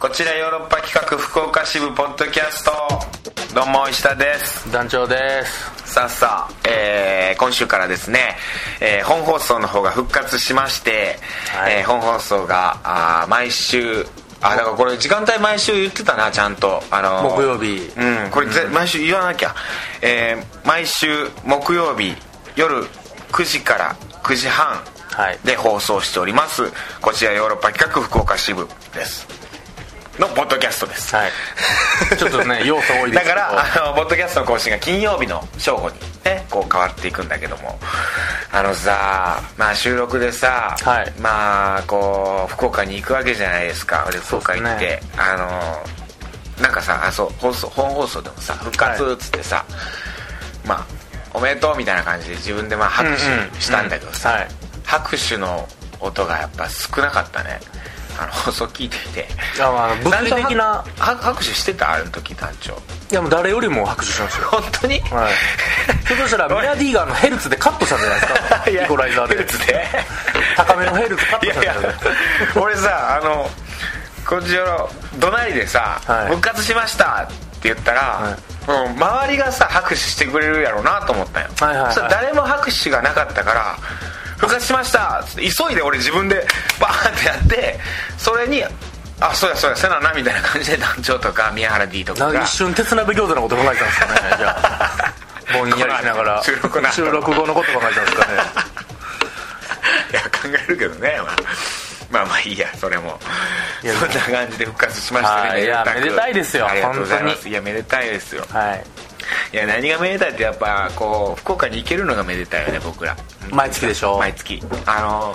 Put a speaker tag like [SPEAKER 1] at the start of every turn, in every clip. [SPEAKER 1] こちらヨーロッパ企画福岡支部ポッドキャストどうも石田です
[SPEAKER 2] 団長です
[SPEAKER 1] さあさあ、えー今週からですね、えー本放送の方が復活しまして、
[SPEAKER 2] はい
[SPEAKER 1] えー本放送があー毎週あだからこれ時間帯毎週言ってたなちゃんとあの
[SPEAKER 2] 木曜日
[SPEAKER 1] うんこれぜ、毎週言わなきゃ、えー毎週木曜日夜9時から9時半
[SPEAKER 2] はい
[SPEAKER 1] で放送しております、こちらヨーロッパ企画福岡支部ですのポッドキャストです
[SPEAKER 2] はい ちょっと ね 要素多いで
[SPEAKER 1] だ
[SPEAKER 2] すけ
[SPEAKER 1] か
[SPEAKER 2] ど
[SPEAKER 1] らあのポッドキャストの更新が金曜日の正午にねこう変わっていくんだけどもあのさまあ収録でさ、
[SPEAKER 2] はい
[SPEAKER 1] まあこう福岡に行くわけじゃないですか俺福岡行って、
[SPEAKER 2] そうです
[SPEAKER 1] あのなんかさあそう放送本放送でもさ復活っつってさ、まあおめでとうみたいな感じで自分でまあ拍手したんだけどさ、
[SPEAKER 2] うんうんうんはい
[SPEAKER 1] 拍手の音がやっぱ少なかったねあの放送聞いていて
[SPEAKER 2] あまあ物理的な
[SPEAKER 1] は拍手してたあの時団長
[SPEAKER 2] いやもう誰よりも拍手しましたよ
[SPEAKER 1] 本当に、
[SPEAKER 2] はいひょっとしたらミラディーガーのヘルツでカットしたんじゃないです
[SPEAKER 1] い
[SPEAKER 2] か
[SPEAKER 1] や
[SPEAKER 2] イコライザーで
[SPEAKER 1] ヘルツで
[SPEAKER 2] 高めのヘルツカッ
[SPEAKER 1] い
[SPEAKER 2] トしたん
[SPEAKER 1] やいや
[SPEAKER 2] じゃないです か
[SPEAKER 1] 俺さあのこっちの怒鳴りでさ、
[SPEAKER 2] はい
[SPEAKER 1] 復活しました」って言ったら、うん周りがさ拍手してくれるやろうなと思ったんよ、
[SPEAKER 2] はいはいはい
[SPEAKER 1] そしたら誰も拍手がなかったから「復活しました」っつって急いで俺自分でバーンってやってそれに「あそうやそうやせなな」みたいな感じで団長とか宮原 D とか
[SPEAKER 2] なん
[SPEAKER 1] が
[SPEAKER 2] か一瞬鉄鍋餃子のこと考えてたんで すかねじゃあぼんやりしながら
[SPEAKER 1] 収録の後
[SPEAKER 2] 収録後のこと考えてたんですかね
[SPEAKER 1] いや考えるけどね、まあ、まあまあいいやそれも
[SPEAKER 2] いや
[SPEAKER 1] そんな感じで復活しました
[SPEAKER 2] は
[SPEAKER 1] ね
[SPEAKER 2] いいや
[SPEAKER 1] く
[SPEAKER 2] めでたいですよ
[SPEAKER 1] ありがとうございま
[SPEAKER 2] 本当
[SPEAKER 1] すいやめでたいですよ
[SPEAKER 2] はい
[SPEAKER 1] いや何がめでたいってやっぱこう福岡に行けるのがめでたいよね僕ら
[SPEAKER 2] 毎月でしょ
[SPEAKER 1] 毎月あ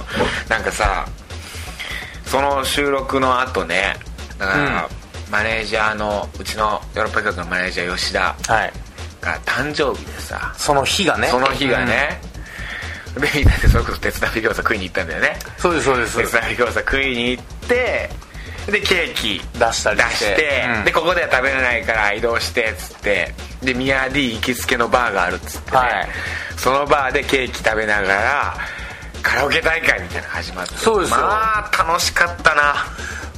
[SPEAKER 1] のなんかさその収録の後ねだから、マネージャーのうちのヨーロッパ企画のマネージャー吉田
[SPEAKER 2] はい
[SPEAKER 1] が誕生日でさ
[SPEAKER 2] その日がね
[SPEAKER 1] その日がね、でみんなでそれこそ手伝い餃子食いに行ったんだよね
[SPEAKER 2] うんそうですそうです
[SPEAKER 1] 手伝い餃子食いに行ってでケーキ
[SPEAKER 2] 出したり
[SPEAKER 1] 出
[SPEAKER 2] して
[SPEAKER 1] して、
[SPEAKER 2] うん
[SPEAKER 1] でここでは食べれないから移動してっつってでミヤ D 行きつけのバーがあるっつって、ね
[SPEAKER 2] はい
[SPEAKER 1] そのバーでケーキ食べながらカラオケ大会みたいなの始まって
[SPEAKER 2] そうですよ
[SPEAKER 1] まあ楽しかったな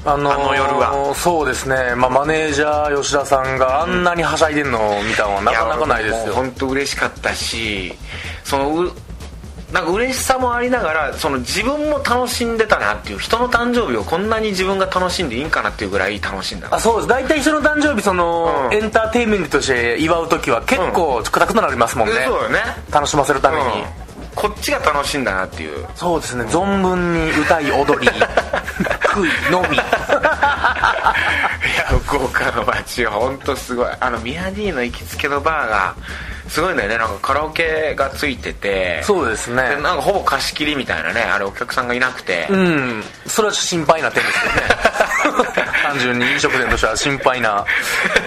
[SPEAKER 2] あのー
[SPEAKER 1] あの夜は
[SPEAKER 2] そうですね、まあ、マネージャー吉田さんがあんなにはしゃいでんのを見たのはなかなかないですよ
[SPEAKER 1] 本当嬉しかったしそのうなんか嬉しさもありながらその自分も楽しんでたなっていう人の誕生日をこんなに自分が楽しんでいいんかなっていうぐらい楽しんだな
[SPEAKER 2] あそうです大体人の誕生日その、
[SPEAKER 1] うん
[SPEAKER 2] エンターテインメントとして祝う時は結構くたくたなりますもんね、
[SPEAKER 1] えそうよね、
[SPEAKER 2] 楽しませるために、
[SPEAKER 1] うんこっちが楽しいんだなっていう
[SPEAKER 2] そうですね存分に歌い 踊り食い飲み
[SPEAKER 1] いや福岡の街は本当すごいあのミヤディの行きつけのバーがすごいんだよねなんかカラオケがついてて
[SPEAKER 2] そうですね
[SPEAKER 1] でなんかほぼ貸し切りみたいなねあれお客さんがいなくて、
[SPEAKER 2] うんそれはちょっと心配な点です よね単純に飲食店としては心配な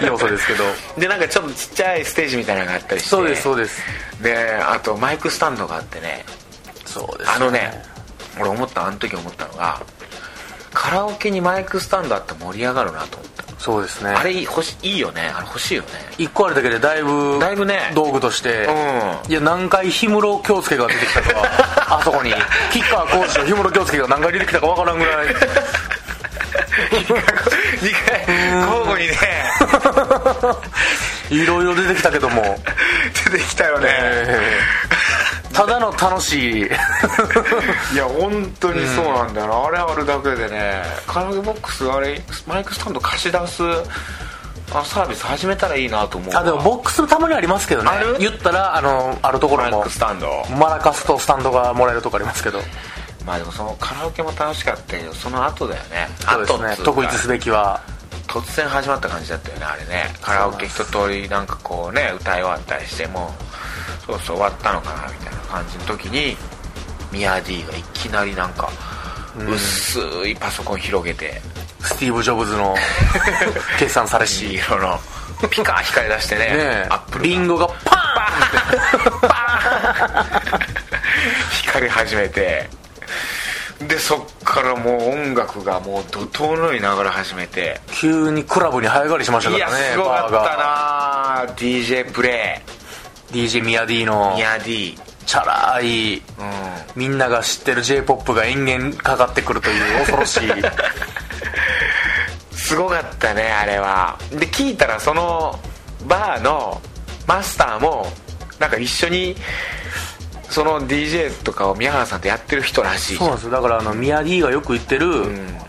[SPEAKER 2] 要 素ですけど
[SPEAKER 1] でなんかちょっとちっちゃいステージみたいなのがあったりして
[SPEAKER 2] そうですそうです
[SPEAKER 1] であとマイクスタンドがあってね
[SPEAKER 2] そうです
[SPEAKER 1] あのね俺思ったあの時思ったのがカラオケにマイクスタンドあったら盛り上がるなと思った、
[SPEAKER 2] そうですね
[SPEAKER 1] あれいい欲しいいよねあれ欲しいよ ね
[SPEAKER 2] 一個あるだけでだいぶ
[SPEAKER 1] だいぶね
[SPEAKER 2] 道具として、
[SPEAKER 1] う
[SPEAKER 2] いや何回氷室京介が出てきたか あそこに吉川浩司と氷室京介が何回出てきたかわからんぐらい
[SPEAKER 1] 2回交互にね
[SPEAKER 2] いろいろ出てきたけども、
[SPEAKER 1] 出てきたよね、
[SPEAKER 2] えーただの楽しい
[SPEAKER 1] いや本当にそうなんだよな、あれあるだけでねカラオケボックスあれマイクスタンド貸し出すあのサービス始めたらいいなと思うわ
[SPEAKER 2] あでもボックスもたまにありますけどね
[SPEAKER 1] ある
[SPEAKER 2] 言ったらあのあるとこ
[SPEAKER 1] マ
[SPEAKER 2] ろ
[SPEAKER 1] イ
[SPEAKER 2] も
[SPEAKER 1] クスタンド
[SPEAKER 2] マラカスとスタンドがもらえるとこありますけど
[SPEAKER 1] まあでもそのカラオケも楽しかったけどその後だよね
[SPEAKER 2] そうで
[SPEAKER 1] 後
[SPEAKER 2] す
[SPEAKER 1] っ
[SPEAKER 2] ね
[SPEAKER 1] つうか
[SPEAKER 2] 特立すべきは
[SPEAKER 1] 突然始まった感じだったよねあれねカラオケ一通りなんかこうね歌い終わったりしてもうそうそう終わったのかなみたいな感じの時にミヤディがいきなりなんか薄いパソコン広げて
[SPEAKER 2] スティーブ・ジョブズの計算されし
[SPEAKER 1] 黄
[SPEAKER 2] ね
[SPEAKER 1] 色のピカー光り出してね
[SPEAKER 2] え
[SPEAKER 1] アップルが
[SPEAKER 2] リンゴがパーン
[SPEAKER 1] 光り始めてでそっからもう音楽がもう怒涛のように流れ始めて
[SPEAKER 2] 急にクラブに早変わりしました
[SPEAKER 1] い
[SPEAKER 2] か
[SPEAKER 1] や
[SPEAKER 2] らね
[SPEAKER 1] すごかった
[SPEAKER 2] バ
[SPEAKER 1] なあ DJ プレ
[SPEAKER 2] ーが DJ ミヤディの
[SPEAKER 1] イミヤディ
[SPEAKER 2] チャラい
[SPEAKER 1] うん
[SPEAKER 2] みんなが 知ってる j p o p が延々かかってくるという恐ろしい
[SPEAKER 1] すごかったねあれはで聞いたらそのバーのマスターもなんか一緒にその DJ とかを宮原さんとやってる人らしい
[SPEAKER 2] そうなんですよだからあのミヤディがよく言ってる、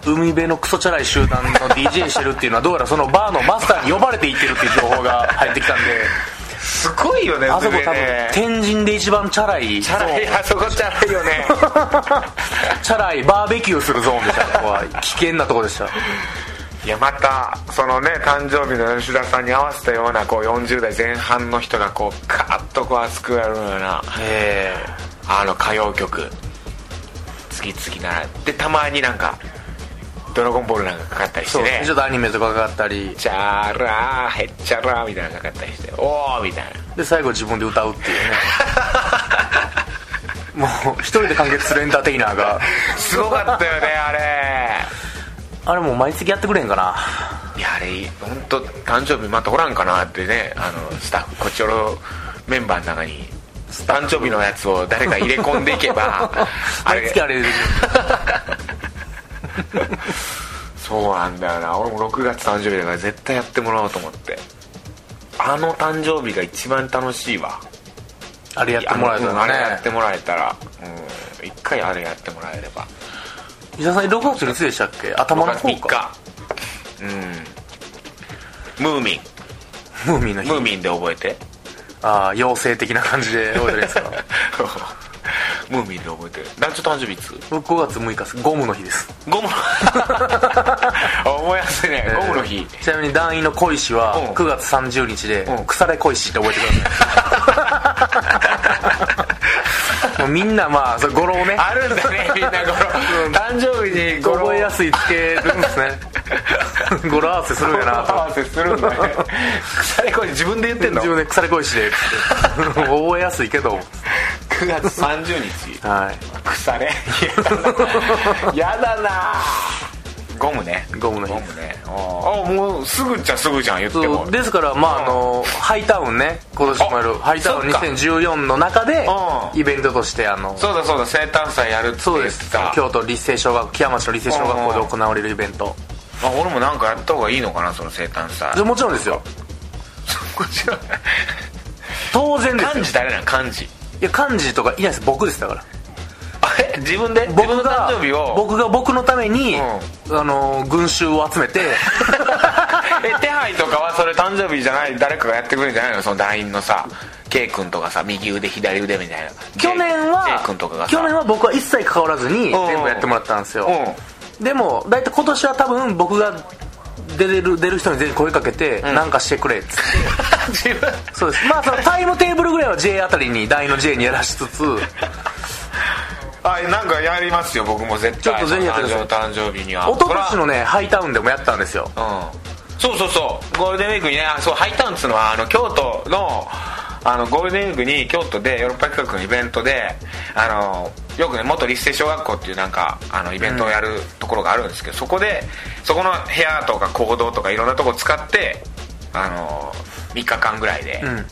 [SPEAKER 2] 海辺のクソチャラい集団の DJ してるっていうのはどうやらそのバーのマスターに呼ばれていってるっていう情報が入ってき たんです
[SPEAKER 1] ごいよね
[SPEAKER 2] あそこ
[SPEAKER 1] 上
[SPEAKER 2] 多分
[SPEAKER 1] ね
[SPEAKER 2] 天神で一番チャラい
[SPEAKER 1] チャラいあそこチャラいよね
[SPEAKER 2] チャラいバーベキューするゾーンでした ここは危険なとこでした
[SPEAKER 1] いやまたそのね誕生日の吉田さんに合わせたようなこう40代前半の人がこうカーッとこう熱くやるような
[SPEAKER 2] え
[SPEAKER 1] あの歌謡曲次々ならでたまになんか「ドラゴンボール」なんかかかったり
[SPEAKER 2] え
[SPEAKER 1] して
[SPEAKER 2] そう
[SPEAKER 1] ね
[SPEAKER 2] ちょっとアニメとかかかったり
[SPEAKER 1] チャラーへっちゃらーみたいなのかかったりしておーみたいな
[SPEAKER 2] で最後自分で歌 うっていうねもう一人で完結するエンターテイナーが
[SPEAKER 1] すごかったよねあれ
[SPEAKER 2] あれもう毎月やってくれへんかない
[SPEAKER 1] やあれ本当誕生日またおらんかなってねあのスタッフこっちおろメンバーの中に誕生日のやつを誰か入れ込んでいけ ばあ
[SPEAKER 2] 毎
[SPEAKER 1] れ
[SPEAKER 2] 月あれ
[SPEAKER 1] そうなんだよな俺も6月誕生日だから絶対やってもらおうと思ってあの誕生日が一番楽しいわ
[SPEAKER 2] あれやってもらえた
[SPEAKER 1] あのうんあれ
[SPEAKER 2] ら
[SPEAKER 1] や
[SPEAKER 2] ね
[SPEAKER 1] ってもらえたらうん一回あれやってもらえれば
[SPEAKER 2] 伊沢さん6月のいつでしたっけ頭
[SPEAKER 1] 5
[SPEAKER 2] の
[SPEAKER 1] 月
[SPEAKER 2] 方
[SPEAKER 1] 3
[SPEAKER 2] か
[SPEAKER 1] 日うんムーミン
[SPEAKER 2] ムーミンの日
[SPEAKER 1] ムーミンで覚えて
[SPEAKER 2] ああ妖精的な感じで覚えてるんですか
[SPEAKER 1] ムーミンで覚えてる団長誕生日いつ
[SPEAKER 2] 僕5月6日ですゴムの日です
[SPEAKER 1] ゴムの思い出せねゴムの
[SPEAKER 2] え
[SPEAKER 1] 日
[SPEAKER 2] ーちなみに団員の小石
[SPEAKER 1] うん
[SPEAKER 2] は9月30日で
[SPEAKER 1] うん
[SPEAKER 2] 腐れ小石って覚えてくださ いもうみんなまあそれ語呂をね
[SPEAKER 1] あるんだ ねみんなゴロ
[SPEAKER 2] うん
[SPEAKER 1] 誕生日にゴロ
[SPEAKER 2] 覚えやすいつけるんですね 語呂合わせするんやな
[SPEAKER 1] 合
[SPEAKER 2] と
[SPEAKER 1] わせするんだね腐れこれ自分で言ってんの
[SPEAKER 2] 自分で腐れ小石で 覚えやすいけど
[SPEAKER 1] 9月30日
[SPEAKER 2] は
[SPEAKER 1] 腐 れやだなやだなゴムね
[SPEAKER 2] いゴムの日
[SPEAKER 1] ゴムねああもうすぐじゃすぐじゃん言っても
[SPEAKER 2] そうですからまああのハイタウンね今年もやる
[SPEAKER 1] あ
[SPEAKER 2] ハイタウン
[SPEAKER 1] そっか
[SPEAKER 2] 2014の中で
[SPEAKER 1] うん
[SPEAKER 2] イベントとしてあの
[SPEAKER 1] そうだそうだ生誕祭やるって
[SPEAKER 2] そう
[SPEAKER 1] 言
[SPEAKER 2] で
[SPEAKER 1] って
[SPEAKER 2] す
[SPEAKER 1] た
[SPEAKER 2] 京都立成小学木屋町の立成小学校で行われるイベント
[SPEAKER 1] あ俺もなんかやった方がいいのかなその生誕祭
[SPEAKER 2] でもちろんですよ
[SPEAKER 1] こちら
[SPEAKER 2] 当然です
[SPEAKER 1] 漢
[SPEAKER 2] よ
[SPEAKER 1] 字誰なん漢字
[SPEAKER 2] いや漢字とかいないです僕ですだから
[SPEAKER 1] あえ自分で自分の
[SPEAKER 2] 僕
[SPEAKER 1] 誕
[SPEAKER 2] が
[SPEAKER 1] 生日を
[SPEAKER 2] 僕が僕のためにあの群衆を集 めて
[SPEAKER 1] え 手配とかはそれ誕生日じゃない誰かがやってくれるんじゃないのその LINE のさ K 君とかさ右腕左腕みたいな
[SPEAKER 2] 去年
[SPEAKER 1] J 君とか
[SPEAKER 2] は
[SPEAKER 1] がさ
[SPEAKER 2] 去年は僕は一切関わらずに全部やってもらったんですよでも大体今年は多分僕が出れる出る人に全員声かけて、なんかしてくれっつっ
[SPEAKER 1] う
[SPEAKER 2] て
[SPEAKER 1] ん自分
[SPEAKER 2] そうですまあそのタイムテーブルぐらいは J あたりに第の J にやらしつつ
[SPEAKER 1] あなんかやりますよ僕も絶対
[SPEAKER 2] ちょっとぜひやってください
[SPEAKER 1] 誕生日には
[SPEAKER 2] 一昨年
[SPEAKER 1] そ
[SPEAKER 2] のねハイタウンでもやったんですよ
[SPEAKER 1] らうんそうそうそうゴールデンウィークにねあそうハイタウンっつうのはあの京都のあのゴールデンウィークに京都でヨーロッパ企画のイベントであのよくね元立成小学校っていうなんかあのイベントをやるところがあるんですけど、そこでそこの部屋とか行動とかいろんなとこ使ってあの3日間ぐらいで、
[SPEAKER 2] ん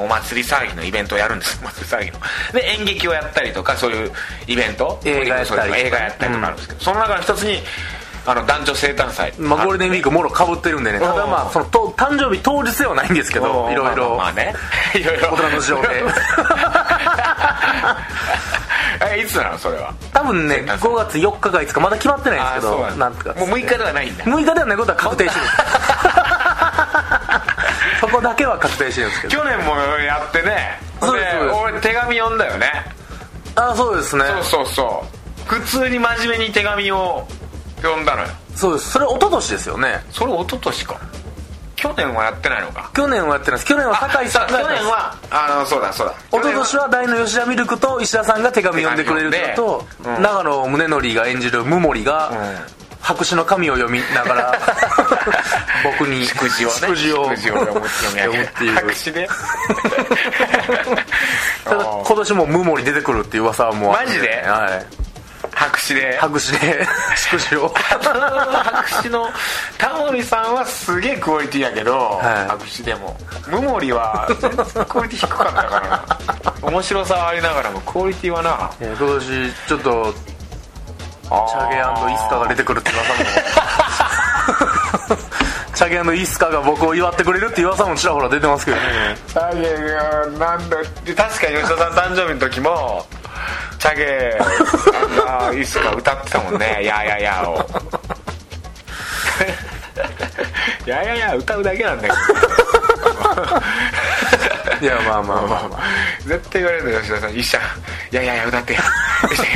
[SPEAKER 1] おお祭り騒ぎのイベントをやるんですお 祭り騒ぎので演劇をやったりとかそういうイベント
[SPEAKER 2] 映画やったり
[SPEAKER 1] 映画やったりとかあるんですけど、その中の一つにあの男女生誕祭、
[SPEAKER 2] まあ、ゴールデンウィークもろかぶってるんでねただまあそのと誕生日当日ではないんですけど
[SPEAKER 1] うん
[SPEAKER 2] いろい
[SPEAKER 1] まあ
[SPEAKER 2] ろ
[SPEAKER 1] まあねい ろいろ
[SPEAKER 2] 大人の事情で
[SPEAKER 1] えいつなのそれは
[SPEAKER 2] 多分ね5月4日か5日まだ決まってないんですけ
[SPEAKER 1] あーそう
[SPEAKER 2] ど
[SPEAKER 1] なんだ
[SPEAKER 2] なんとか
[SPEAKER 1] もう6日ではないんだ
[SPEAKER 2] 6日ではないことは確 定してるそこだけは確定してるんですけど
[SPEAKER 1] 去年もやってね
[SPEAKER 2] そうですそうです
[SPEAKER 1] 俺手紙読んだよね
[SPEAKER 2] ああそうですね
[SPEAKER 1] そうそうそう普通に真面目に手紙を読んだのよ
[SPEAKER 2] そうですそれ一昨年ですよね
[SPEAKER 1] それ一昨年か去年はやってないのか
[SPEAKER 2] 去年はやってないです去年は酒井さん
[SPEAKER 1] あ
[SPEAKER 2] が
[SPEAKER 1] そう去年はあのそうだそうだ
[SPEAKER 2] 一昨年は大の吉田ミルクと石田さんが手紙読んでくれるのと
[SPEAKER 1] 手紙、読んでうん
[SPEAKER 2] 長野宗則が演じるムモリが、白紙の紙を読みなが ら僕に
[SPEAKER 1] 祝辞をね
[SPEAKER 2] 祝辞を
[SPEAKER 1] 祝辞を読む
[SPEAKER 2] 読むっていう
[SPEAKER 1] 白紙 で
[SPEAKER 2] ただ今年もムモリ出てくるっていう噂はもうあるん
[SPEAKER 1] マジで
[SPEAKER 2] はい、
[SPEAKER 1] 白紙で
[SPEAKER 2] 白紙 で祝辞を
[SPEAKER 1] 白紙のタモリさんはすげえクオリティやけど、
[SPEAKER 2] はい
[SPEAKER 1] 白紙でもムモリは全然クオリティ低かったからな面白さはありながらもクオリティはな
[SPEAKER 2] えー今年ちょっとチャゲイスカが出てくるって噂も チャゲのイスカが僕を祝ってくれるって噂もちらほら出てますけどね
[SPEAKER 1] チャゲがなんだ確かに吉田さん誕生日の時もチャゲがイスカ歌ってたもんね「ややや」 を。いやいやいや歌うだけなんだけど
[SPEAKER 2] いやまあまあまあまあ
[SPEAKER 1] 絶対言われるの吉田さん医者いやいやいや歌ってやい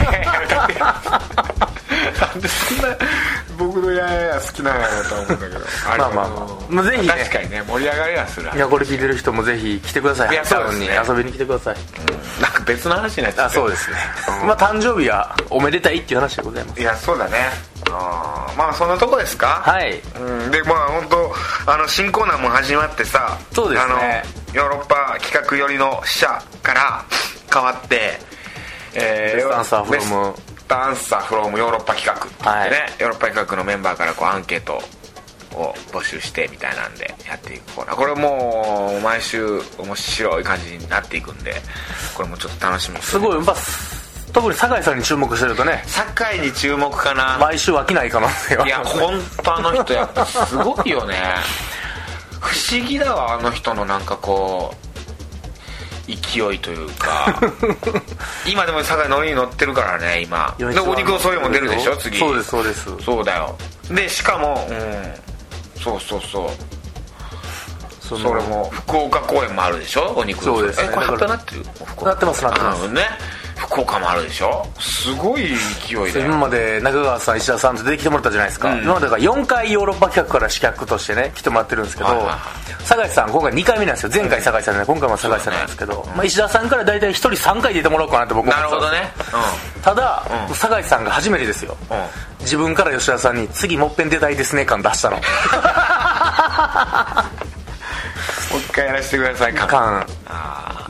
[SPEAKER 1] やいや歌ってやなんでそんな僕のいやいや好きなんやろと思うんだ けど
[SPEAKER 2] まあまあまあまあぜひね
[SPEAKER 1] 確かにね盛り上がりはする
[SPEAKER 2] いやこれ聞いてる人もぜひ来てください
[SPEAKER 1] いやそうですね
[SPEAKER 2] ハッシュタグに遊びに来てください
[SPEAKER 1] なんか別の話になっちゃ
[SPEAKER 2] あそうですね まあ誕生日はおめでたいっていう話でございます
[SPEAKER 1] いやそうだねあーまあそんなとこですか
[SPEAKER 2] はい
[SPEAKER 1] うん、でまあ本当あの新コーナーも始まってさ
[SPEAKER 2] そうですね
[SPEAKER 1] あのヨーロッパ企画寄りの記者から変わってえ
[SPEAKER 2] ベストアンサーフロム
[SPEAKER 1] ベストアンサーフロムヨーロッパ企画って言ってね、
[SPEAKER 2] はい
[SPEAKER 1] ヨーロッパ企画のメンバーからこうアンケートを募集してみたいなんでやっていくコーナーこれもう毎週面白い感じになっていくんでこれもちょっと楽しみに
[SPEAKER 2] すご
[SPEAKER 1] い
[SPEAKER 2] いまあ特に酒井さんに注目してるとね
[SPEAKER 1] 酒井に注目かな、
[SPEAKER 2] 毎週飽きない可能性はい
[SPEAKER 1] や
[SPEAKER 2] こ
[SPEAKER 1] 本当あの人やっぱすごいよ ね不思議だわあの人のなんかこう勢いという か今でも酒井乗りに乗ってるからね今でお肉遅いもん出るでしょ次
[SPEAKER 2] そうですそうです
[SPEAKER 1] そうだよでしかもうんそうそうそう
[SPEAKER 2] そ
[SPEAKER 1] それも福岡公演もあるでしょお肉の
[SPEAKER 2] そうですね
[SPEAKER 1] えこれ
[SPEAKER 2] だ
[SPEAKER 1] 発表
[SPEAKER 2] から
[SPEAKER 1] なってる福
[SPEAKER 2] なってますなってます
[SPEAKER 1] うんね福岡もあるでしょすごい勢いだよ
[SPEAKER 2] 今まで中川さん石田さんと出てきてもらったじゃないですか、
[SPEAKER 1] うん
[SPEAKER 2] 今までが4回ヨーロッパ企画から刺客としてね来てもらってるんですけど、
[SPEAKER 1] はいはいは
[SPEAKER 2] 酒井さん今回2回目なんですよ前回酒井さんで、ね、今回も酒井さんなんですけど、まあ、石田さんから大体1人3回出てもらおうかなって僕は
[SPEAKER 1] なる
[SPEAKER 2] 思
[SPEAKER 1] ほ
[SPEAKER 2] ってた
[SPEAKER 1] ど
[SPEAKER 2] んで
[SPEAKER 1] ね
[SPEAKER 2] すよただ、
[SPEAKER 1] うん
[SPEAKER 2] 酒井さんが初めてですよ、
[SPEAKER 1] うん、うん
[SPEAKER 2] 自分から吉田さんに次もっぺん出たいですね感出 したの
[SPEAKER 1] もう一回やらせてくださいか
[SPEAKER 2] 感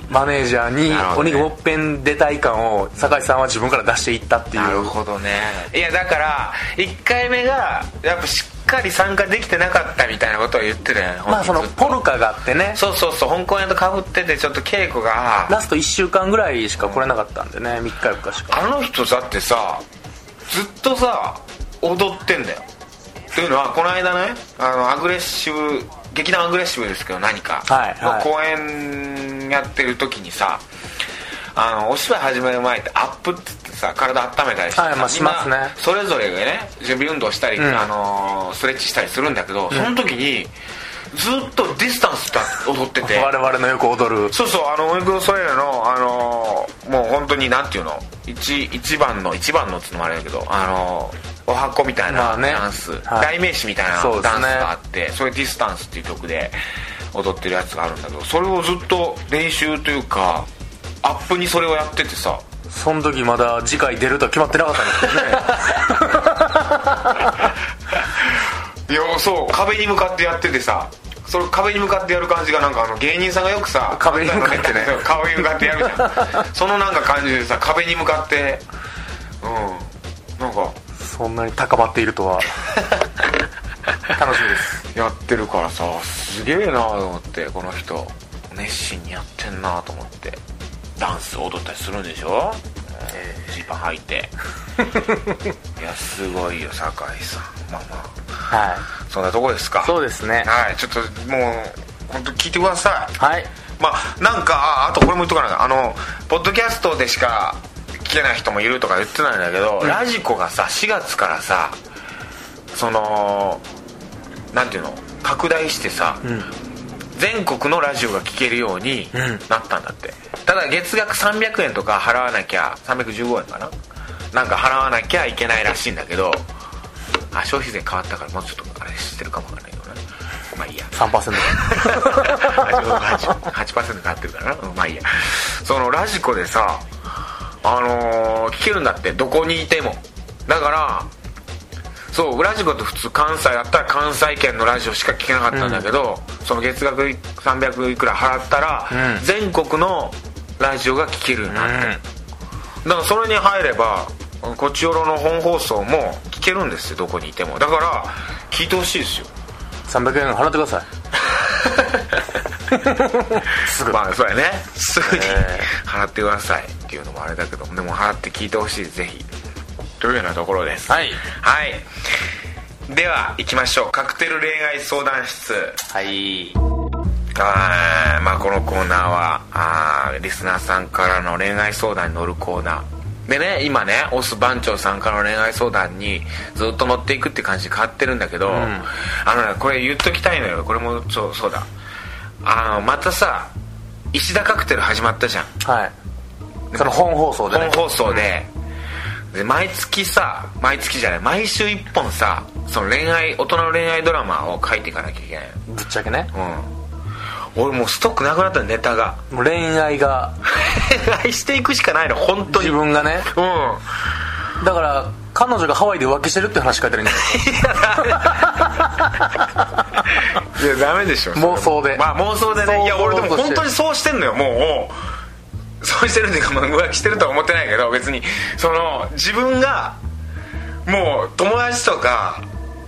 [SPEAKER 2] マネージャーに
[SPEAKER 1] なるほ
[SPEAKER 2] お
[SPEAKER 1] どね
[SPEAKER 2] 肉もっぺん出たい感を酒井さんは自分から出していったっていう
[SPEAKER 1] なるほどねいやだから1回目がやっぱしっかり参加できてなかったみたいなことを言ってたよね
[SPEAKER 2] まあその
[SPEAKER 1] 本当に
[SPEAKER 2] ポルカがあってね
[SPEAKER 1] そうそうそう香港屋とかぶっててちょっと稽古が
[SPEAKER 2] ラスト1週間ぐらいしか来れなかったんでね3日4日しか
[SPEAKER 1] あの人だってさずっとさ踊ってんだよというのはこの間ねあのアグレッシブ劇団アグレッシブですけど何か
[SPEAKER 2] はいはい
[SPEAKER 1] の公演やってる時にさあのお芝居始める前ってアップっつってさ体温めたりしてさ、
[SPEAKER 2] はいまあしますね
[SPEAKER 1] みんなそれぞれがね準備運動したり、
[SPEAKER 2] ん
[SPEAKER 1] あのーストレッチしたりするんだけど、その時にずっとディスタンスと踊 ってて
[SPEAKER 2] 我々のよく踊る
[SPEAKER 1] そうそうあのオイクロソエルのあのーもう本当になんていうの一一番の一番のっつうのもあれだけどあのーお箱みたい
[SPEAKER 2] まあ
[SPEAKER 1] な
[SPEAKER 2] ね
[SPEAKER 1] ダンス、
[SPEAKER 2] はい
[SPEAKER 1] 代名詞みたいな
[SPEAKER 2] そうです
[SPEAKER 1] ダ
[SPEAKER 2] ね
[SPEAKER 1] ンスがあってそ,、れディスタンスっていう曲で踊ってるやつがあるんだけどそれをずっと練習というかアップにそれをやっててさ
[SPEAKER 2] その時まだ次回出るとは決まってなかったんですけ どね
[SPEAKER 1] いやそう壁に向かってやっててさそれ壁に向かってやる感じがなんかあの芸人さんがよくさ
[SPEAKER 2] 壁に向かってね
[SPEAKER 1] そう壁に向かってやるじ ゃんそのなんか感じでさ壁に向かってうんなんか
[SPEAKER 2] そんなに高まっているとは楽しみです
[SPEAKER 1] やってるからさすげえなと思ってこの人熱心にやってんなと思ってダンス踊ったりするんでしょジーパン履いて いやすごいよ酒井さんまあま
[SPEAKER 2] はい
[SPEAKER 1] あそんなとこですか
[SPEAKER 2] そうですね
[SPEAKER 1] はいちょっともう本当聞いてください
[SPEAKER 2] はい
[SPEAKER 1] まあなんかああとこれも言っとかないあのポッドキャストでしか聞けない人もいるとか言ってないんだけど、ラジコがさ4月からさそのなんていうの拡大してさ、全国のラジオが聞けるようになったんだって、ただ月額300円とか払わなきゃ315円かななんか払わなきゃいけないらしいんだけどあ消費税変わったからもうちょっとあれ知ってるかもわかんないけどねまあいいや
[SPEAKER 2] 3%
[SPEAKER 1] 8%, 8買ってるからな、うん、まあいいやそのラジコでさあのー聞けるんだってどこにいてもだからそうラジコって普通関西だったら関西圏のラジオしか聞けなかったんだけど、その月額300いくら払ったら、
[SPEAKER 2] うん
[SPEAKER 1] 全国のラジオが聞けるようになって、だからそれに入ればこちよろの本放送も聞けるんですよどこにいてもだから聞いてほしいですよ
[SPEAKER 2] 300円払ってくださ いすぐ
[SPEAKER 1] まあそうやねすぐに
[SPEAKER 2] え
[SPEAKER 1] 払ってくださいっていうのもあれだけどでも払って聞いてほしいぜひというようなところです
[SPEAKER 2] はい
[SPEAKER 1] はいでは行きましょうカクテル恋愛相談室
[SPEAKER 2] はい
[SPEAKER 1] あーまあこのコーナーはあーリスナーさんからの恋愛相談に乗るコーナーでね今ねオス番長さんからの恋愛相談にずっと乗っていくって感じで変わってるんだけど、あのねこれ言っときたいのよこれもそうそうだあのまたさ石田カクテル始まったじゃん
[SPEAKER 2] はいその本放送で、ね、
[SPEAKER 1] 本放送で,、で毎月さ毎月じゃない毎週1本さその恋愛大人の恋愛ドラマを書いていかなきゃいけない
[SPEAKER 2] ぶっちゃけね
[SPEAKER 1] うん俺もうストックなくなったネタが
[SPEAKER 2] もう恋愛が
[SPEAKER 1] 恋愛していくしかないの本当に
[SPEAKER 2] 自分がね
[SPEAKER 1] うん
[SPEAKER 2] だから彼女がハワイで浮気してるって話書いてるんじゃない
[SPEAKER 1] いやダメでしょ
[SPEAKER 2] 妄想で
[SPEAKER 1] まあ妄想でねいや俺でも本当にそうしてんのよもうそうしてるっていうか、まあ、浮気してるとは思ってないけど別にその自分がもう友達とか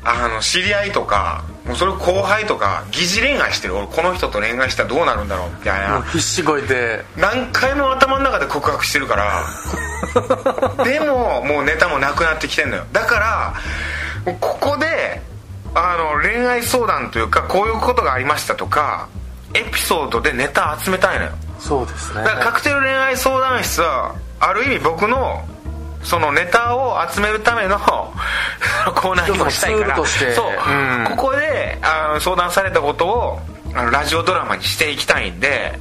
[SPEAKER 1] あの知り合いとかもうそれ後輩とか疑似恋愛してる俺この人と恋愛したらどうなるんだろうみたいな
[SPEAKER 2] 必死こいて
[SPEAKER 1] 何回も頭の中で告白してるからでももうネタもなくなってきてんのよだからここであの恋愛相談というかこういうことがありましたとかエピソードでネタ集めたいのよ
[SPEAKER 2] そうですね
[SPEAKER 1] だからカクテル恋愛相談室はある意味僕のそのネタを集めるための コーナーにもしたいから
[SPEAKER 2] そう、
[SPEAKER 1] うん、ここであの相談されたことをあのラジオドラマにしていきたいんで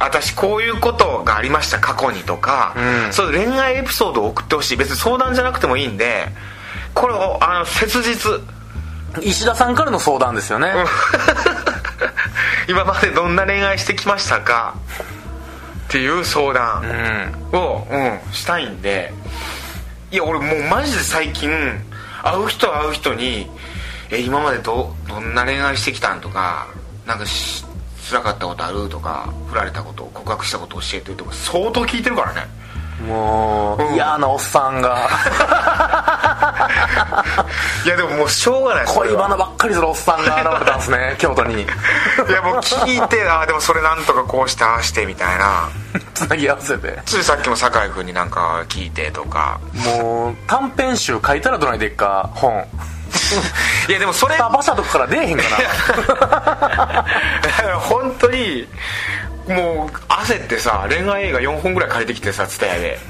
[SPEAKER 1] 私こういうことがありました過去にとか、うん、そういう恋愛エピソードを送ってほしい別に相談じゃなくてもいいんでこれをあの切 実
[SPEAKER 2] 石田さんからの相談ですよね、うん、
[SPEAKER 1] 今までどんな恋愛してきましたかっていう相談を、うん、うん、したいんでいや俺もうマジで最近会う人会う人に「え今までどどんな恋愛してきたん?」とか「なんかし辛かったことある?」とか「振られたこと告白したこと教えて」とか相当聞いてるからね
[SPEAKER 2] もう、うん、嫌なおっさ んが
[SPEAKER 1] いやでももうしょうがない
[SPEAKER 2] 恋バナばっかりするおっさんが現れたんです ね京都にい
[SPEAKER 1] やもう聞いてああでもそれなんとかこうしてああしてみたいな
[SPEAKER 2] つなぎ合わせて
[SPEAKER 1] ついさっきも酒井君になんか聞いてとか
[SPEAKER 2] もう短編集書いたらどないでっか本
[SPEAKER 1] いやでもそれ
[SPEAKER 2] 馬車とかから出えへんかなだ
[SPEAKER 1] から 本当にもう焦ってさ恋愛映画4本ぐらい借りてきてさ蔦屋で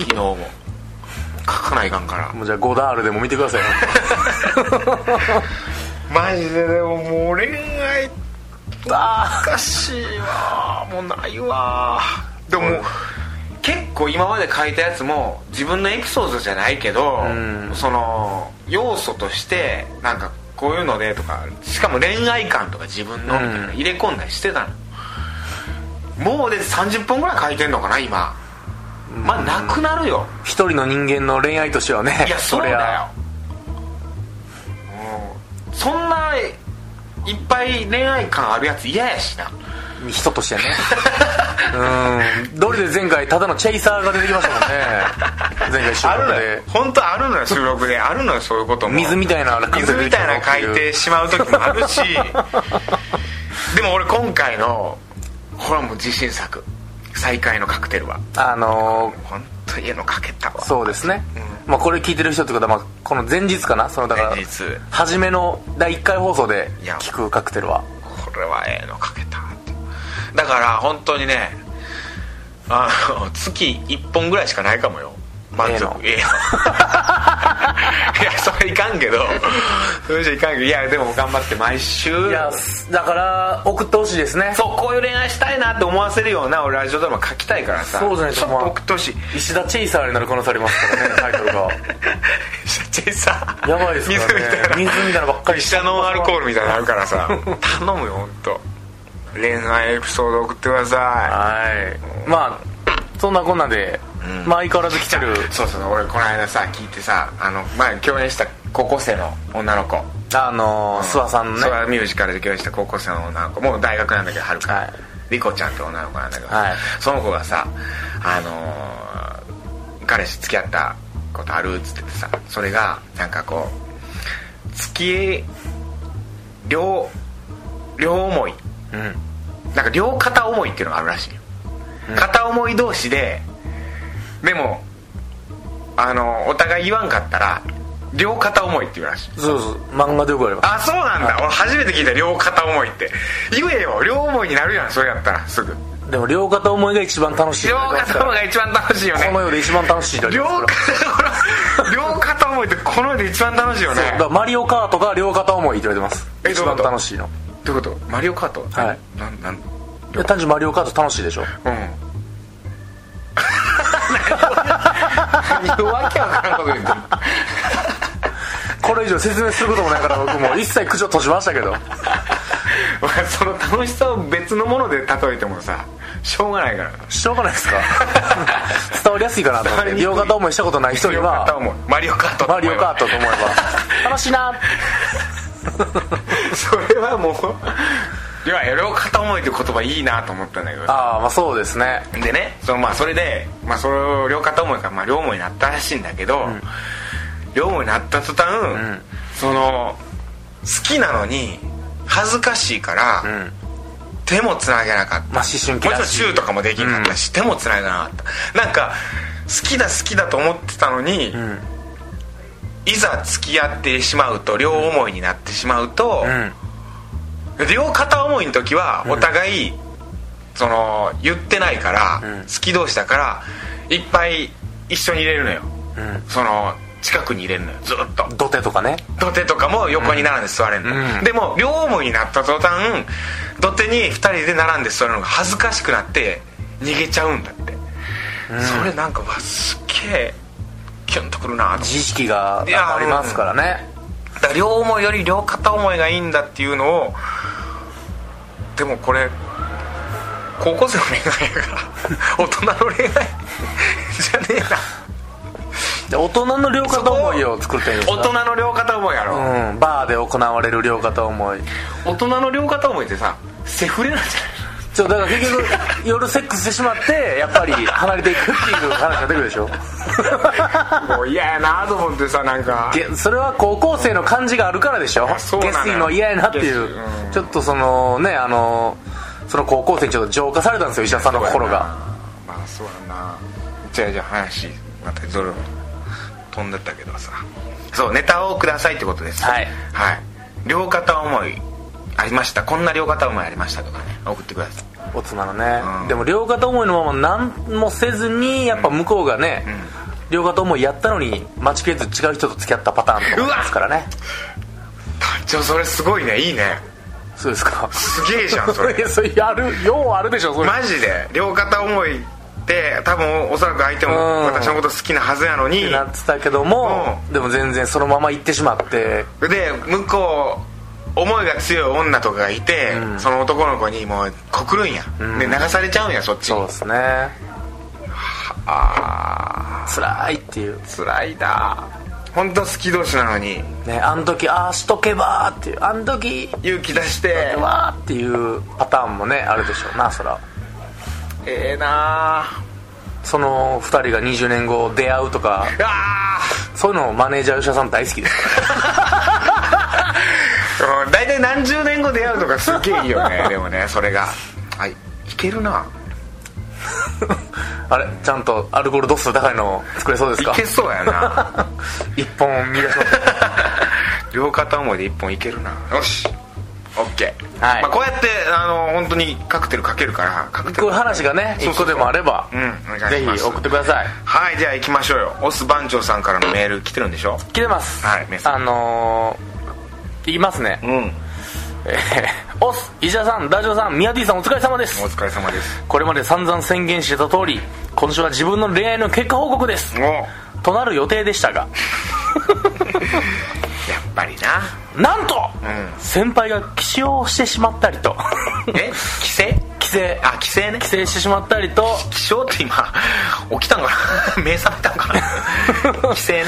[SPEAKER 1] 昨日も書かないかんから
[SPEAKER 2] もうじゃあゴダールでも見てく ださい
[SPEAKER 1] マジででももう恋愛あおかしいわもうないわでも、うん、結構今まで書いたやつも自分のエピソードじゃないけど、うん、その要素としてなんかこういうのでとかしかも恋愛観とか自分のみたいな入れ込んだりしてたの、うん、もうで30本ぐらい書いてんのかな今まあなくなるよ
[SPEAKER 2] 一人の人間の恋愛としてはね
[SPEAKER 1] い やそうだよそんないっぱい恋愛感あるやつ嫌やしな
[SPEAKER 2] 人としてねうんどれで前回ただのチェイサーが出てきましたも んね前回収録で
[SPEAKER 1] 本当あるのよ収録であるのよそういうことも
[SPEAKER 2] 水みたいな
[SPEAKER 1] 水みたいな書いてしまう時もあるし でも俺今回のこれはもう自信作再会のカクテルは
[SPEAKER 2] あのー、
[SPEAKER 1] 本当に家のかけたわ
[SPEAKER 2] そうですね、うん、まあ、これ聞いてる人ってことは、まあ、この前日かなそのだから初めの第1回放送で聞くカクテルは
[SPEAKER 1] これはええのかけたってだから本当にねあの月1本ぐらいしかないかもよ満足ええ えいやそれいかんけどそれじゃいかんけどいやでも頑張って毎週
[SPEAKER 2] いやだから送ってほしいですね
[SPEAKER 1] そうこういう恋愛したいなって思わせるような俺ラジオドラマ書きたいからさ
[SPEAKER 2] そうじゃない
[SPEAKER 1] と送ってほしい
[SPEAKER 2] 石田チェイサーになる可能性ありますからねタイトルが
[SPEAKER 1] 石田チェイサ
[SPEAKER 2] ーやばいですね水みたいな水みたいなばっかり
[SPEAKER 1] 石田ノンアルコールみたいなのあるからさ頼むよ本当恋愛エピソード送ってください
[SPEAKER 2] はいまあそんなこんなんでうん、まあ相変わらず来てる
[SPEAKER 1] そうそう俺この間さ聞いてさあの前共演した高校生の女の子
[SPEAKER 2] あの諏、ー、訪さんのね
[SPEAKER 1] 諏訪ミュージカルで共演した高校生の女の子もう大学なんだけどはるか、はい、リコちゃんって女の子なんだけど、はい、その子がさあのー、彼氏付き合ったことあるっつっててさそれがなんかこう月両両思い、うん、なんか両片思いっていうのがあるらしいよ、うん、片思い同士ででもあのお互い言わんかったら両肩重いっていうらしい
[SPEAKER 2] そうそう漫画でよくあれば
[SPEAKER 1] あそうなんだ、俺初めて聞いた両肩重いって言えよ両思いになるやんそれやったらすぐ
[SPEAKER 2] でも両肩思いが一番楽しい
[SPEAKER 1] 両肩思いが一番楽しいよね
[SPEAKER 2] この世で一番楽しい
[SPEAKER 1] 両肩両肩思いってこの世で一番楽しいよね
[SPEAKER 2] だからマリオカートが両肩思いって言われてます
[SPEAKER 1] え
[SPEAKER 2] 一
[SPEAKER 1] どういう
[SPEAKER 2] 番
[SPEAKER 1] こと
[SPEAKER 2] 楽しいの
[SPEAKER 1] どういうことマリオカート
[SPEAKER 2] はい
[SPEAKER 1] なんなん
[SPEAKER 2] いや単純にマリオカート楽しいでしょ
[SPEAKER 1] うん 何をわけわからんこと言ってんの
[SPEAKER 2] これ以上説明することもないから僕もう一切口を閉じまし たけど
[SPEAKER 1] まあ その楽しさを別のもので例えてもさしょうがないから
[SPEAKER 2] しょうがないですか伝わりやすいかなと思っ て両肩思いしたことない人に
[SPEAKER 1] 両肩
[SPEAKER 2] は
[SPEAKER 1] 思いマリオカートと
[SPEAKER 2] マ
[SPEAKER 1] 思え
[SPEAKER 2] リ
[SPEAKER 1] ば
[SPEAKER 2] オカートと思えば楽しいな
[SPEAKER 1] それはもういや両肩思いって言葉いいなと思ったんだけど
[SPEAKER 2] ああまあそうですね
[SPEAKER 1] でねそのまあそれで、まあ、それを両片思いから、まあ、両思いになったらしいんだけど、両思いになった途端、
[SPEAKER 2] ん
[SPEAKER 1] その好きなのに恥ずかしいから、
[SPEAKER 2] うん
[SPEAKER 1] 手もつなげなかった
[SPEAKER 2] まあ思春期
[SPEAKER 1] もちろ
[SPEAKER 2] ら
[SPEAKER 1] ん
[SPEAKER 2] し
[SPEAKER 1] シ
[SPEAKER 2] い
[SPEAKER 1] ューとかもできなかったし、手もつなげなかったなんか好きだ好きだと思ってたのに、
[SPEAKER 2] ん
[SPEAKER 1] いざ付き合ってしまうと両思いになってしまうと、
[SPEAKER 2] うん
[SPEAKER 1] 両片思いの時はお互い、その言ってないから、
[SPEAKER 2] うん
[SPEAKER 1] 好き同士だからいっぱい一緒にいれるのよ、
[SPEAKER 2] うん
[SPEAKER 1] その近くにいれるのよずっと
[SPEAKER 2] 土手とかね
[SPEAKER 1] 土手とかも横に並んで座れるの、
[SPEAKER 2] うん
[SPEAKER 1] でも両思いになった途端土手に2人で並んで座るのが恥ずかしくなって逃げちゃうんだって、それなんかわすっげえキュンとくるなと思って
[SPEAKER 2] 自意識が
[SPEAKER 1] いや
[SPEAKER 2] ありますからね
[SPEAKER 1] だから両思いより両片思いがいいんだっていうのをでもこれ高校生の恋愛やから 大人の恋愛じゃねえな
[SPEAKER 2] で大人の両肩思いを作ってるんです
[SPEAKER 1] 大人の両片思いやろ、
[SPEAKER 2] うんバーで行われる両肩思い
[SPEAKER 1] 大人の両片思いってさセフレなんじ
[SPEAKER 2] そうだから結局夜セックスしてしまってやっぱり離れていくっていう話が出てくるでしょ
[SPEAKER 1] ゃないもう嫌やなと思ってさなんか
[SPEAKER 2] げそれは高校生の感じがあるからでしょ
[SPEAKER 1] あそうなのよ
[SPEAKER 2] 下水の嫌やなっていう、
[SPEAKER 1] 下水うん
[SPEAKER 2] ちょっとそのねあのその高校生にちょっと浄化されたんですよ石田さんの心が
[SPEAKER 1] まあそうやなじゃあじゃあ話またゾロ飛んでったけどさそうネタをくださいってことです
[SPEAKER 2] はい
[SPEAKER 1] はい両片思いありましたこんな両片思いありましたとかね送ってください
[SPEAKER 2] 大人のね、
[SPEAKER 1] うん
[SPEAKER 2] でも両肩思いのまま何もせずにやっぱ向こうがね、両肩思いやったのに待ちきれず違う人と付き合ったパターンとかもありますからね
[SPEAKER 1] 団長それすごいねいいね
[SPEAKER 2] そうですか
[SPEAKER 1] すげえじゃんそれ
[SPEAKER 2] い やそれやるようあるでしょそれ
[SPEAKER 1] マジで両片思いって多分おそらく相手も
[SPEAKER 2] うん
[SPEAKER 1] 私のこと好きなはずやのに
[SPEAKER 2] なってたけども、でも全然そのまま行ってしまって
[SPEAKER 1] で向こう思いが強い女とかがいて、
[SPEAKER 2] うん
[SPEAKER 1] その男の子にもう告るんや、
[SPEAKER 2] ん
[SPEAKER 1] で流されちゃうんやそっちに
[SPEAKER 2] そうですね
[SPEAKER 1] あ
[SPEAKER 2] 辛いっていう
[SPEAKER 1] ー辛いな本当好き同士なのに
[SPEAKER 2] ねあの時ああしとけばーっていうあの時
[SPEAKER 1] 勇気出して
[SPEAKER 2] わーっていうパターンもねあるでしょうなそら
[SPEAKER 1] ええなあ
[SPEAKER 2] その2人が20年後出会うとか
[SPEAKER 1] あ
[SPEAKER 2] そういうのをマネージャー吉田さん大好きですか
[SPEAKER 1] ーうん大体何十年後出会うとかすっげえいいよ ねでもねそれがはいいけるな
[SPEAKER 2] ら あれちゃんとアルコール度数高いの作れそうです
[SPEAKER 1] い
[SPEAKER 2] か
[SPEAKER 1] けそうやな
[SPEAKER 2] 一本見 出します
[SPEAKER 1] 両片思いで一本いけるなよしオッケー、
[SPEAKER 2] はい
[SPEAKER 1] まあ、こうやってあの本当にカクテルかけるからカクテ
[SPEAKER 2] こう
[SPEAKER 1] ル
[SPEAKER 2] いう話がね
[SPEAKER 1] そう
[SPEAKER 2] 一
[SPEAKER 1] そうそう
[SPEAKER 2] 個でもあれば
[SPEAKER 1] うんお願い
[SPEAKER 2] ぜ
[SPEAKER 1] します
[SPEAKER 2] ひ送ってください
[SPEAKER 1] はいじゃあ行きましょうよオス番長さんからのメール来てるんでしょ
[SPEAKER 2] 切れます
[SPEAKER 1] はいメッセージ
[SPEAKER 2] あのーいきますね
[SPEAKER 1] うん
[SPEAKER 2] えーオス石田さんダジオさん宮 D さんお疲れ様です
[SPEAKER 1] お疲れ様です
[SPEAKER 2] これまで散々宣言してた通り今週は自分の恋愛の結果報告です
[SPEAKER 1] おや
[SPEAKER 2] となる予定でしたが
[SPEAKER 1] っぱりな
[SPEAKER 2] なんと、
[SPEAKER 1] ん
[SPEAKER 2] 先輩が起死をしてしまったりと
[SPEAKER 1] え帰省
[SPEAKER 2] 帰省
[SPEAKER 1] あ帰省ね
[SPEAKER 2] 帰省してしまったりと
[SPEAKER 1] 気象って今起きたんかな 目覚めたんかな 帰省ね、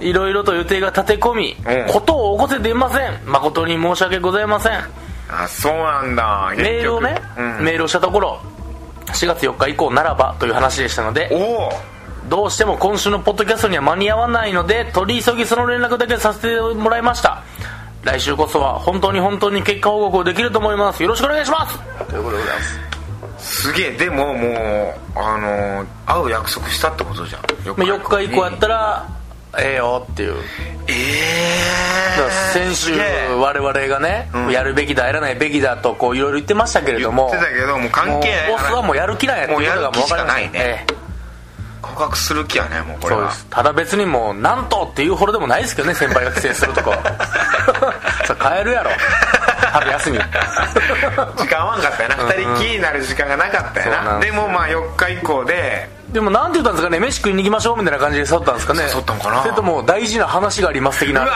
[SPEAKER 1] うん
[SPEAKER 2] いろいろと予定が立て込み、
[SPEAKER 1] うん
[SPEAKER 2] ことを起こせていません誠に申し訳ございません
[SPEAKER 1] あそうなんだ結局
[SPEAKER 2] メールをね、
[SPEAKER 1] うん
[SPEAKER 2] メールをしたところ4月4日以降ならばという話でしたので
[SPEAKER 1] おお
[SPEAKER 2] どうしても今週のポッドキャストには間に合わないので取り急ぎその連絡だけさせてもらいました来週こそは本当に本当に結果報告をできると思いますよろしくお願いしますということでございます
[SPEAKER 1] すげえでももうあのー会う約束したってことじゃんよ
[SPEAKER 2] まあ、4日以降やった
[SPEAKER 1] ら
[SPEAKER 2] らええよっていう
[SPEAKER 1] え
[SPEAKER 2] だから先週我々がね、
[SPEAKER 1] うん
[SPEAKER 2] やるべきだやらないべきだとこういろいろ言ってましたけれども
[SPEAKER 1] 言ってたけどもう関係ない
[SPEAKER 2] もうボスはもうやる気なんやっていうことがもう分かりました
[SPEAKER 1] もうやる気しかないね
[SPEAKER 2] ええ
[SPEAKER 1] 告白する気はねもうこれ
[SPEAKER 2] そうで
[SPEAKER 1] は
[SPEAKER 2] すただ別にもうなんとっていうほどでもないですけどね先輩が帰省すると こそれ帰るやろ春休み
[SPEAKER 1] 時間合わんかったよな
[SPEAKER 2] うん
[SPEAKER 1] 2人きりになる時間がなかったよ
[SPEAKER 2] そうな
[SPEAKER 1] なん
[SPEAKER 2] です
[SPEAKER 1] でもまあ4日以降で
[SPEAKER 2] でもなんて言ったんですかね飯食いに行きましょうみたいな感じで誘ったんですかね
[SPEAKER 1] 誘ったんかな
[SPEAKER 2] それとも大事な話があります的
[SPEAKER 1] う
[SPEAKER 2] などっ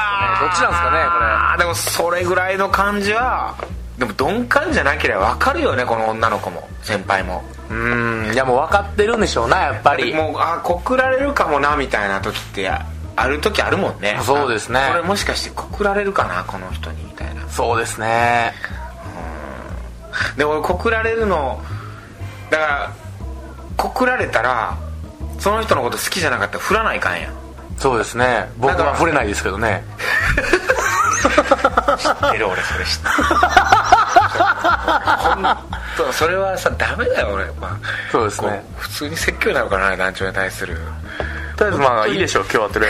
[SPEAKER 2] ちなんですかね
[SPEAKER 1] ねこれでもそれぐらいの感じはでも鈍感じゃなければ分かるよねこの女の子も先輩も
[SPEAKER 2] これうんいやもう分かってるんでしょうなやっぱり
[SPEAKER 1] もうあ告られるかもなみたいな時ってある時あるもんね
[SPEAKER 2] そうですね
[SPEAKER 1] あこれもしかして告られるかなこの人にみたいな
[SPEAKER 2] そうですね
[SPEAKER 1] で俺告られるのだから告られたらその人のこと好きじゃなかったら振らないかんやん
[SPEAKER 2] そうですね僕
[SPEAKER 1] だから
[SPEAKER 2] は触れないですけどね
[SPEAKER 1] 知ってる俺それ知ってる本当それはさダメだよ俺、まあ、
[SPEAKER 2] そうですね
[SPEAKER 1] こう普通に説教になのかな団長に対する
[SPEAKER 2] とりあえずまあいいでしょう今日はとりあ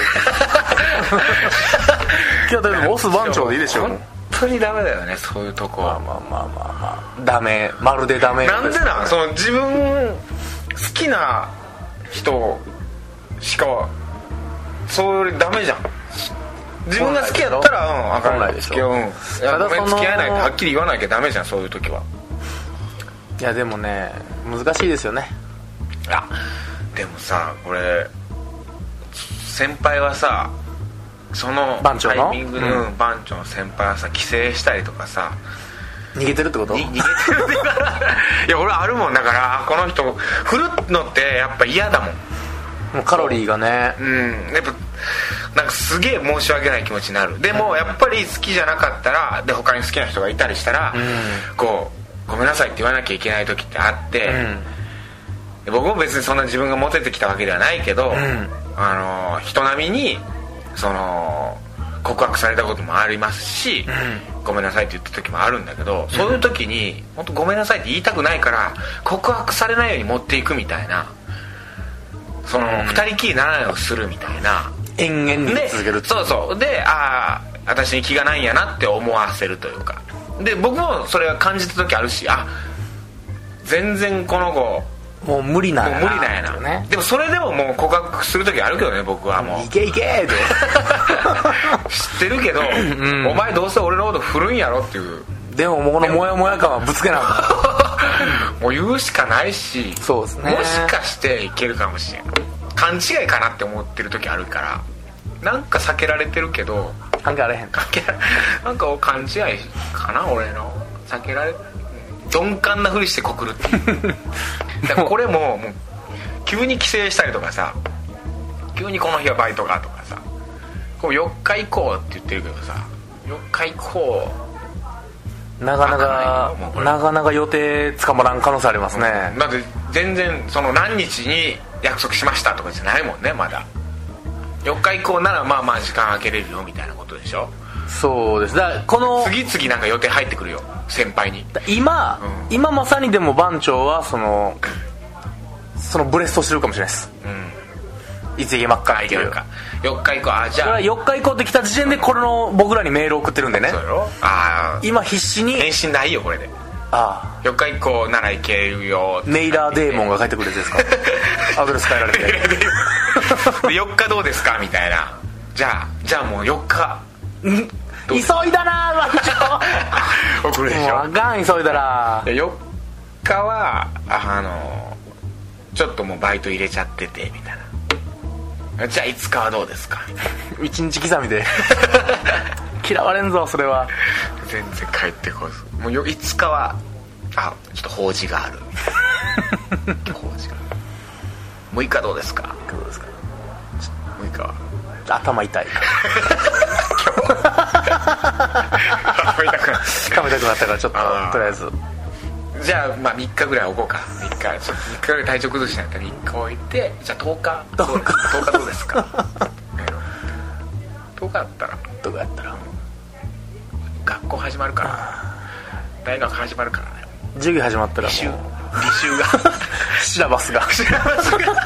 [SPEAKER 2] え ず今日はとりあえずボス番長でいいでしょう
[SPEAKER 1] 本当にダメだよねそういうとこ
[SPEAKER 2] まあ
[SPEAKER 1] は
[SPEAKER 2] まあまあまあまあダメまるでダメ
[SPEAKER 1] なんで
[SPEAKER 2] す
[SPEAKER 1] なんその自分好きな人しかそれダメじゃん自分が好きやったらうんあかん
[SPEAKER 2] 本来でしょ
[SPEAKER 1] 付き合ううんいや
[SPEAKER 2] ただ
[SPEAKER 1] ごめん
[SPEAKER 2] その
[SPEAKER 1] 付き合えないってはっきり言わなきゃダメじゃんそういう時はい
[SPEAKER 2] やでもね難しいですよね
[SPEAKER 1] あでもさこれ先輩はさその
[SPEAKER 2] 番長の
[SPEAKER 1] タイミングで、
[SPEAKER 2] うん
[SPEAKER 1] うん番長の先輩はさ帰省したりとかさ
[SPEAKER 2] 逃げてるってこと
[SPEAKER 1] に逃げてるい や俺あるもんだからあこの人振るのってやっぱ嫌だもん
[SPEAKER 2] もうカロリーがね
[SPEAKER 1] うんやっぱなんかすげえ申し訳ない気持ちになるでもやっぱり好きじゃなかったらで他に好きな人がいたりしたら、こうごめんなさいって言わなきゃいけない時ってあって、
[SPEAKER 2] うん
[SPEAKER 1] で僕も別にそんな自分がモテてきたわけではないけど、
[SPEAKER 2] ん
[SPEAKER 1] あの人並みにその告白されたこともありますし、ごめんなさいって言った時もあるんだけど、そういう時に本当ごめんなさいって言いたくないから告白されないように持っていくみたいなその、二人きりにならないようにするみたいな
[SPEAKER 2] 延々に
[SPEAKER 1] で
[SPEAKER 2] 続けるって
[SPEAKER 1] そうそうでああ私に気がないんやなって思わせるというかで僕もそれは感じた時あるしあ全然この子
[SPEAKER 2] もう無理なん
[SPEAKER 1] もう
[SPEAKER 2] や
[SPEAKER 1] 無理だよな、
[SPEAKER 2] ね
[SPEAKER 1] でもそれでももう告白する時あるけどね僕はもう
[SPEAKER 2] いけいけーって
[SPEAKER 1] 知ってるけど、お前どうせ俺のこと振るんやろっていう
[SPEAKER 2] でももうこのモヤモヤ感はぶつけなあか
[SPEAKER 1] もう言うしかないし
[SPEAKER 2] そうですね
[SPEAKER 1] もしかしていけるかもしれん勘違いかなって思ってる時あるからなんか避けられてるけど
[SPEAKER 2] ん関係あれへん
[SPEAKER 1] 避けらなんか勘違いかな俺の避けられ鈍感なふりして告るっていう だからこれももう急に帰省したりとかさ急にこの日はバイトがとかさこう4日以降って言ってるけどさ4日以降
[SPEAKER 2] なかな
[SPEAKER 1] 開かないよもうこ
[SPEAKER 2] か
[SPEAKER 1] れ
[SPEAKER 2] なかなか予定つかまらん可能性ありますね
[SPEAKER 1] だって全然その何日に約束しましたとかじゃないもんねまだ4日以降ならまあまあ時間空けれるよみたいなことでしょ
[SPEAKER 2] そうですだからこの
[SPEAKER 1] 次々なんか予定入ってくるよ先輩に
[SPEAKER 2] 今、
[SPEAKER 1] う
[SPEAKER 2] 今まさにでも番長はそのそのブレストしてるかもしれないです、いつ言えまっか
[SPEAKER 1] 相
[SPEAKER 2] って
[SPEAKER 1] 手
[SPEAKER 2] い
[SPEAKER 1] なん
[SPEAKER 2] う
[SPEAKER 1] か4日以降あじ
[SPEAKER 2] こ
[SPEAKER 1] ゃ
[SPEAKER 2] れは
[SPEAKER 1] あ
[SPEAKER 2] 4日以降って来た時点でこれの僕らにメールを送ってるんでね
[SPEAKER 1] そうやろああ
[SPEAKER 2] 今必死に
[SPEAKER 1] 返信ないよこれで
[SPEAKER 2] ああ
[SPEAKER 1] 4日以降ならいけるよって
[SPEAKER 2] ネイラーデーモンが帰ってくるやつで すかアドレス変えられて
[SPEAKER 1] で4日どうですかみたいなじゃあじゃあもう4日
[SPEAKER 2] 急いだなー
[SPEAKER 1] 送るでし
[SPEAKER 2] 番
[SPEAKER 1] ょ
[SPEAKER 2] 長もうあかん急いだら
[SPEAKER 1] で4日はああのちょっともうバイト入れちゃっててみたいなじゃあ5日はどうですかみたい
[SPEAKER 2] 一日刻みで 嫌われんぞそれは
[SPEAKER 1] な全然帰ってこずもうよ5日はあちょっと法事 があるみたいな法事がある6日どうですか
[SPEAKER 2] どうですか
[SPEAKER 1] 6日は
[SPEAKER 2] 頭痛い
[SPEAKER 1] 頭痛くな
[SPEAKER 2] つかめたくなったからちょっと
[SPEAKER 1] あー
[SPEAKER 2] とりあえ ず
[SPEAKER 1] るじゃあまあ3日ぐらい置こうか3日ちょっと3日ぐらい体調崩しないから3日置いてじゃあ10日どうです10日どうですか10日だったら
[SPEAKER 2] どこやったら
[SPEAKER 1] 学校始まるから大学始まるからね
[SPEAKER 2] 授業始まったら
[SPEAKER 1] 履修履
[SPEAKER 2] もう
[SPEAKER 1] 修が
[SPEAKER 2] シラバスが
[SPEAKER 1] 知らなすぎるバ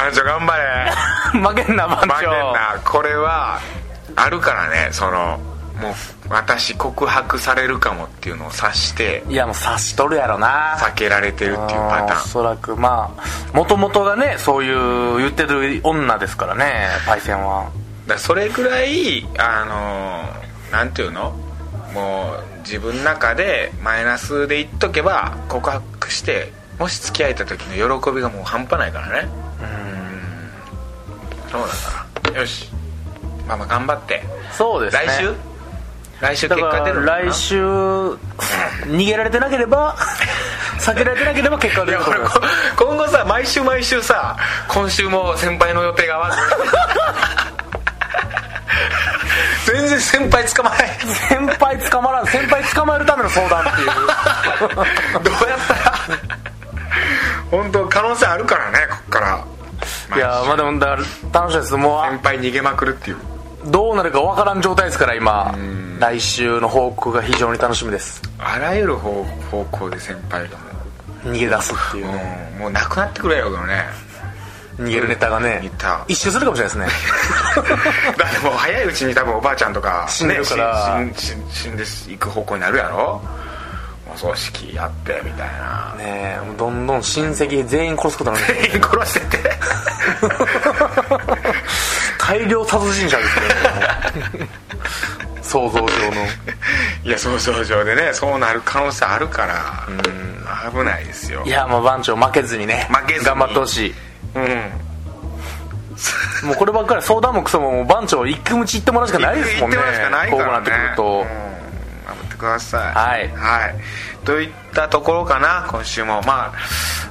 [SPEAKER 1] 番長頑張れ
[SPEAKER 2] 負けんな番
[SPEAKER 1] 負けん
[SPEAKER 2] 長
[SPEAKER 1] なこれはあるからねそのもう私告白されるかもっていうのを察して
[SPEAKER 2] いやもう察しとるやろな
[SPEAKER 1] 避けられてるっていうパタ
[SPEAKER 2] あーお
[SPEAKER 1] ーン
[SPEAKER 2] そらくまあもともとがねそういう言ってる女ですからねパイセン
[SPEAKER 1] だ
[SPEAKER 2] は
[SPEAKER 1] からそれぐらいあのーなんていうのもう自分の中でマイナスで言っとけば告白してもし付き合えた時の喜びがもう半端ないからねうんそうだからよしママ頑張って、
[SPEAKER 2] そうですね
[SPEAKER 1] 来週来週
[SPEAKER 2] だ
[SPEAKER 1] 結
[SPEAKER 2] か
[SPEAKER 1] 果出るのからな
[SPEAKER 2] 来週逃げられてなけれ ば避けられてなければ結果
[SPEAKER 1] い
[SPEAKER 2] が出
[SPEAKER 1] や
[SPEAKER 2] ると
[SPEAKER 1] こ
[SPEAKER 2] 思
[SPEAKER 1] れ
[SPEAKER 2] い
[SPEAKER 1] こ
[SPEAKER 2] ます
[SPEAKER 1] 今後さ毎週毎週さ今週も先輩の予定が合 わず全然先輩捕まえない
[SPEAKER 2] 先輩捕まらん先輩捕まえるための相談ってい う
[SPEAKER 1] どうやったら本当可能性あるからねこっから、まあ
[SPEAKER 2] いやまあでもだから楽しみですもう
[SPEAKER 1] 先輩逃げまくるっていう
[SPEAKER 2] どうなるかわからん状態ですから今来週の報告が非常に楽しみです
[SPEAKER 1] あらゆる方方向で先輩がも
[SPEAKER 2] 逃げ出すっていう
[SPEAKER 1] う、
[SPEAKER 2] ね
[SPEAKER 1] うんもうなくなってくれよけどね
[SPEAKER 2] 逃げるネタがね
[SPEAKER 1] ネタ
[SPEAKER 2] 一周するかもしれないですね
[SPEAKER 1] だってもう早いうちに多分おばあちゃんとか、ね、
[SPEAKER 2] 死んでるから
[SPEAKER 1] 死ん死ん死んでいく方向になるやろお葬式やってみたいな
[SPEAKER 2] ねえもうどんどん親戚全員殺すことになる
[SPEAKER 1] 全員殺して て
[SPEAKER 2] 大量殺人者ですけども想像上の
[SPEAKER 1] いや想像上でねそうなる可能性あるから危ないですよ
[SPEAKER 2] いやまあ番長負けずにね
[SPEAKER 1] 負けずに
[SPEAKER 2] 頑張ってほしい
[SPEAKER 1] うん
[SPEAKER 2] もうこればっかり相談もクソももう番長一気持ち言ってもらうしかないですもんね
[SPEAKER 1] 行ってますかない
[SPEAKER 2] こう
[SPEAKER 1] か
[SPEAKER 2] な
[SPEAKER 1] ら、
[SPEAKER 2] っ
[SPEAKER 1] ね、
[SPEAKER 2] てくると、
[SPEAKER 1] うん頑張ってください
[SPEAKER 2] はい
[SPEAKER 1] はい、といったところかな今週もま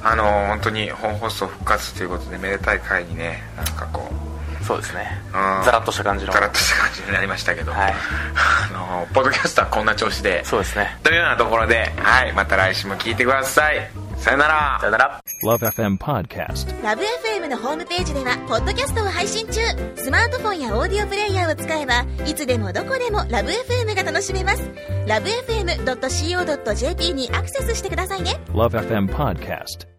[SPEAKER 1] ああの本当に本放送復活ということでめでたい回にねなんかこう
[SPEAKER 2] そうですね
[SPEAKER 1] うん
[SPEAKER 2] ザラッとした感じの
[SPEAKER 1] ガラッとした感じになりましたけど、
[SPEAKER 2] はい
[SPEAKER 1] あのポッドキャストはこんな調子で
[SPEAKER 2] そうですね
[SPEAKER 1] というようなところで、はい、また来週も聞いてくださいさよなら
[SPEAKER 2] さよなら
[SPEAKER 3] Love FM Podcast.
[SPEAKER 4] ラブ f m のホームページではポッドキャストを配信中スマートフォンやオーディオプレイヤーを使えばいつでもどこでもラブ f m が楽しめますラブ FM.co.jp にアクセスしてくださいね
[SPEAKER 3] Love FM Podcast.